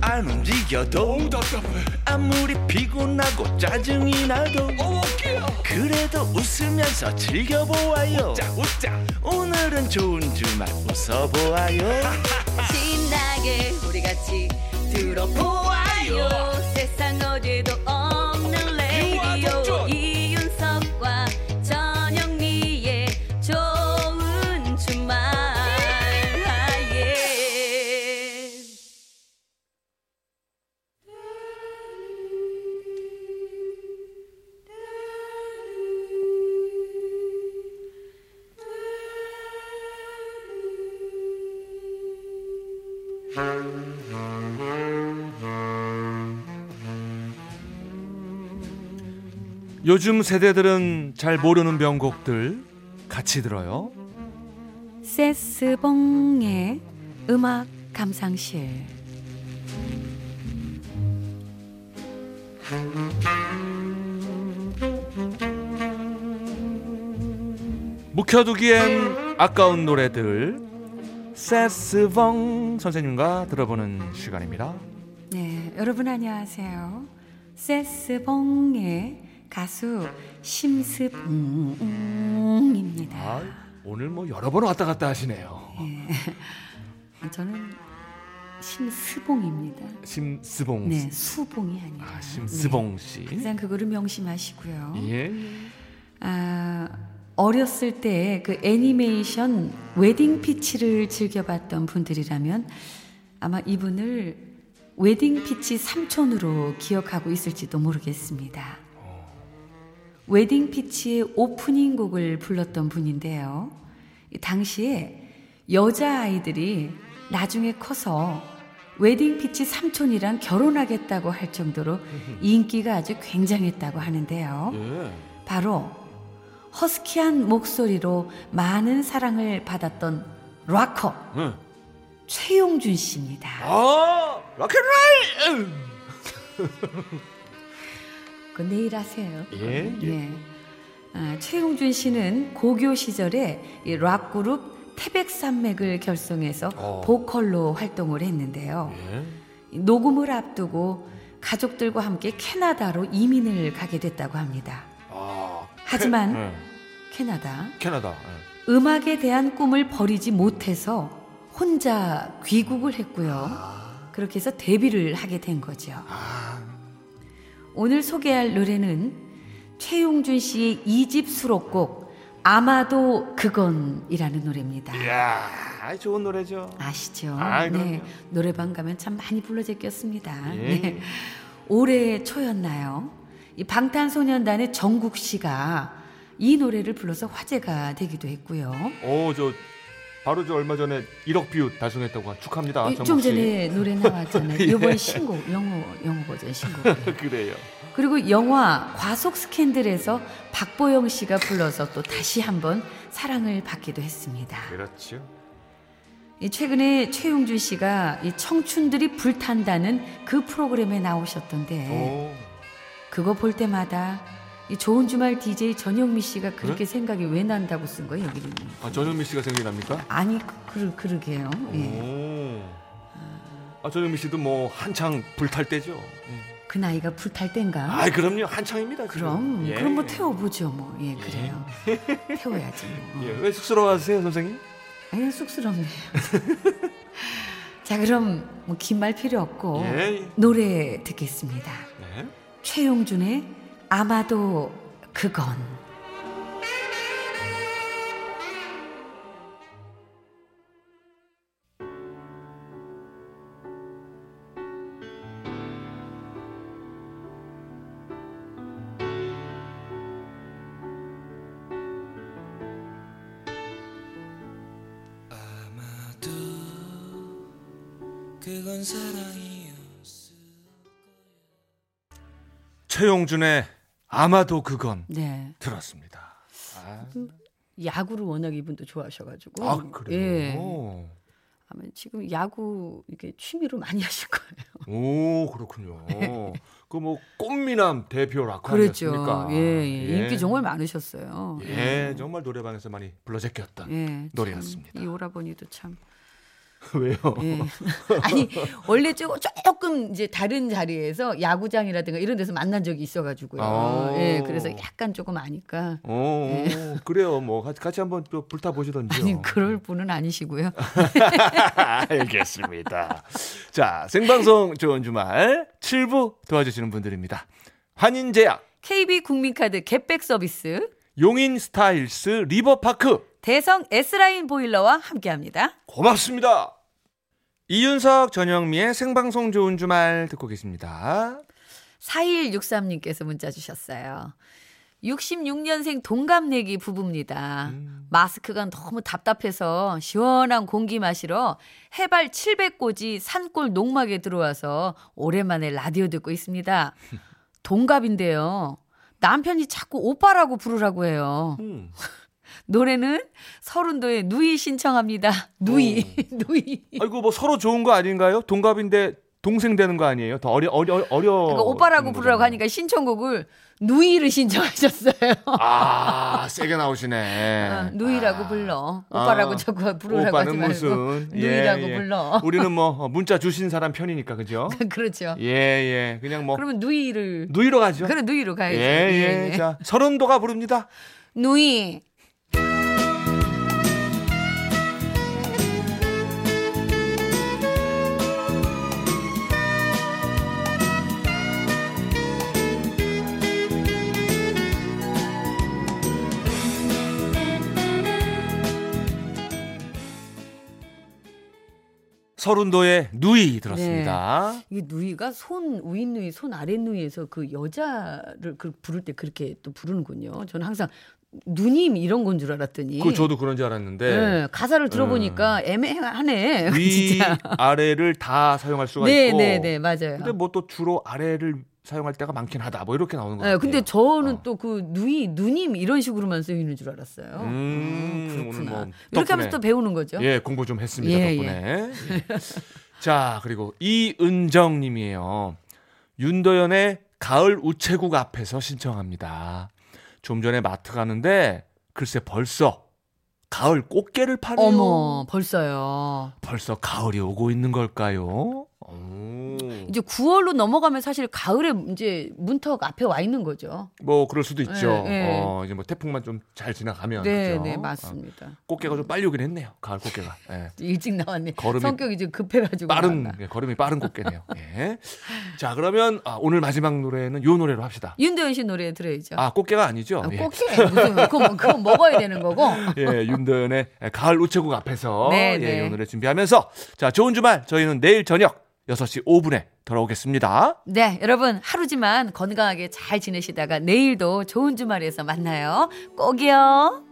안 움직여도 어우 답답해 아무리 피곤하고 짜증이 나도 어우 웃겨 그래도 웃으면서 즐겨보아요 자 웃자 오늘은 좋은 주말 웃어보아요 신나게 우리 같이 들어보아요 세상 어디도 없는 레이디오 유아동전. 이윤석과 전영미의 좋은 주말 예. 요즘 세대들은 잘 모르는 명곡들 같이 들어요. 세스봉의 음악 감상실 묵혀두기엔 아까운 노래들 세스봉 선생님과 들어보는 시간입니다. 네, 여러분 안녕하세요. 세스봉의 가수 심스봉입니다. 아, 오늘 뭐 여러 번 왔다 갔다 하시네요. 아, 저는 심스봉입니다. 심스봉 네, 씨. 수봉이 아니라. 아, 심스봉 씨. 네, 항상 그거를 명심하시고요. 예. 아, 어렸을 때 그 애니메이션 웨딩 피치를 즐겨봤던 분들이라면 아마 이분을 웨딩 피치 삼촌으로 기억하고 있을지도 모르겠습니다. 웨딩 피치의 오프닝 곡을 불렀던 분인데요. 이 당시에 여자아이들이 나중에 커서 웨딩 피치 삼촌이랑 결혼하겠다고 할 정도로 인기가 아주 굉장했다고 하는데요. 예. 바로 허스키한 목소리로 많은 사랑을 받았던 락커 네. 최용준 씨입니다. 아, 락앤롤. 그 내일 하세요. 예. 예. 예. 아, 최용준 씨는 고교 시절에 이 락 그룹 태백산맥을 결성해서 어. 보컬로 활동을 했는데요. 예. 이 녹음을 앞두고 가족들과 함께 캐나다로 이민을 가게 됐다고 합니다. 아. 하지만 예. 캐나다 캐나다. 예. 음악에 대한 꿈을 버리지 못해서 혼자 귀국을 했고요. 그렇게 해서 데뷔를 하게 된 거죠. 아. 오늘 소개할 노래는 최용준 씨의 2집 수록곡 아마도 그건이라는 노래입니다. 이야, 좋은 노래죠. 아시죠? 아, 그럼요. 네. 노래방 가면 참 많이 불러 제꼈습니다. 예. 네. 올해 초였나요? 이 방탄소년단의 정국 씨가 이 노래를 불러서 화제가 되기도 했고요. 오, 저 바로 저 얼마 전에 1억 뷰 달성했다고 하- 축하합니다. 이- 아, 정국 예, 좀 씨. 전에 예. 노래 나왔잖아요. 이번 신곡 영어 영어 버전 신곡. 그래요. 그리고 영화 과속 스캔들에서 박보영 씨가 불러서 또 다시 한번 사랑을 받기도 했습니다. 그렇죠. 이 최근에 최용준 씨가 이 청춘들이 불탄다는 그 프로그램에 나오셨던데 오. 그거 볼 때마다 이 좋은 주말 DJ 전영미 네? 씨가 그렇게 생각이 왜 난다고 쓴 거예요 여기는? 아, 전현미 씨가 생각이 납니까? 아니 그, 그, 러게요 예. 오. 아, 전현미 씨도 뭐 한창 불탈 때죠. 예. 그 나이가 불탈 땐가? 아, 그럼요. 한창입니다. 지금. 그럼 예. 그럼 뭐 태워보죠 뭐 예 그래요 태워야지 뭐 예. 왜 쑥스러워하세요, 선생님? 아니 쑥스럽네요 자 그럼 뭐 긴 말 필요 없고 예. 노래 듣겠습니다 예. 최용준의 아마도 그건 아마도 그건 사랑이었을 최용준의 아마도 그건 네 들었습니다. 아, 야구를 워낙 이분도 좋아하셔가지고 아 그래요. 뭐, 예 오. 아마 지금 야구 이게 취미로 많이 하실 거예요 오 그렇군요. 그 뭐 꽃미남 대표 락커 네. 그렇죠 아니었습니까? 예, 예. 인기 정말 많으셨어요 음. 예 정말 노래방에서 많이 불러 제꼈던 예, 참 노래였습니다. 이 오라버니도 참 왜요? 예. 아니 원래 조- 조금 이제 다른 자리에서 야구장이라든가 이런 데서 만난 적이 있어가지고요. 아. 예, 그래서 약간 조금 아니까. 어, 그래요. 뭐 같이, 같이 한번 또 불타 보시던지요. 아니 그럴 분은 아니시고요. 알겠습니다. 자, 생방송 좋은 주말 7부 도와주시는 분들입니다. 환인제약, KB 국민카드 겟백 서비스 용인 스타일스 리버파크 대성 S라인 보일러와 함께합니다. 고맙습니다. 이윤석 전영미의 생방송 좋은 주말 듣고 계십니다. 4163님께서 문자 주셨어요. 66년생 동갑내기 부부입니다. 음. 마스크가 너무 답답해서 시원한 공기 마시러 해발 700고지 산골 농막에 들어와서 오랜만에 라디오 듣고 있습니다. 동갑인데요. 남편이 자꾸 오빠라고 부르라고 해요. 음. 노래는 서른도의 누이 신청합니다. 누이, 어. 누이. 아이고 뭐 서로 좋은 거 아닌가요? 동갑인데 동생 되는 거 아니에요? 더 어려 어려 어려. 그러니까 오빠라고 부르라고 하니까 신청곡을 누이를 신청하셨어요. 아 세게 나오시네. 어, 누이라고 아. 불러. 아. 오빠라고 자꾸 부르라고 하지 오빠는 말고 무슨 누이라고 예, 예. 불러. 우리는 뭐 어, 문자 주신 사람 편이니까 그죠? 그렇죠. 예, 예. 그냥 뭐 그러면 누이를 누이로 가죠. 그래 누이로 가야지. 예, 예. 예, 예. 자, 서른도가 부릅니다. 누이. 서른도의 누이 들었습니다. 이 누이가 손 우인 누이 손 아래 누이에서 그 여자를 그 부를 때 그렇게 또 부르는군요. 저는 항상 누님 이런 건 줄 알았더니. 그 저도 음. 그런 줄 알았는데 예, 가사를 들어보니까 애매하네. 위 진짜. 아래를 다 사용할 수가 네, 있고. 네, 네, 맞아요. 근데 뭐 또 주로 아래를 사용할 때가 많긴 하다. 뭐 이렇게 나오는 거 예, 같아요. 근데 저는 어. 또 그 누이, 누님 이런 식으로만 쓰이는 줄 알았어요. 음, 아, 오늘 그렇구나. 뭐 이렇게 하면서 덕분에. 또 배우는 거죠. 예, 공부 좀 했습니다. 예, 덕분에. 예. 자, 그리고 이은정 님이에요. 윤도현의 가을 우체국 앞에서 신청합니다. 좀 전에 마트 가는데 글쎄 벌써 가을 꽃게를 파네요. 어머, 벌써요. 벌써 가을이 오고 있는 걸까요? 오. 이제 9월로 넘어가면 사실 가을에 이제 문턱 앞에 와 있는 거죠. 뭐 그럴 수도 있죠. 예, 예. 어, 이제 뭐 태풍만 좀 잘 지나가면 네, 그죠? 네, 어, 맞습니다. 꽃게가 좀 빨리 오긴 했네요. 가을 꽃게가. 예. 일찍 나왔네. 걸음이 성격이 좀 급해가지고. 빠른 나왔나. 예, 걸음이 빠른 곡이네요. 예. 자 그러면 아, 오늘 마지막 노래는 요 노래로 합시다. 윤도현 씨 노래 들어야죠. 아 꽃게가 아니죠? 아, 예. 꼭 해. 무슨, 그거, 그거 먹어야 되는 거고. 예, 윤도현의 가을 우체국 앞에서 네, 예, 네. 요 노래 준비하면서 자 좋은 주말 저희는 내일 저녁 6시 5분에 돌아오겠습니다. 네, 여러분 하루지만 건강하게 잘 지내시다가 내일도 좋은 주말에서 만나요. 꼭이요.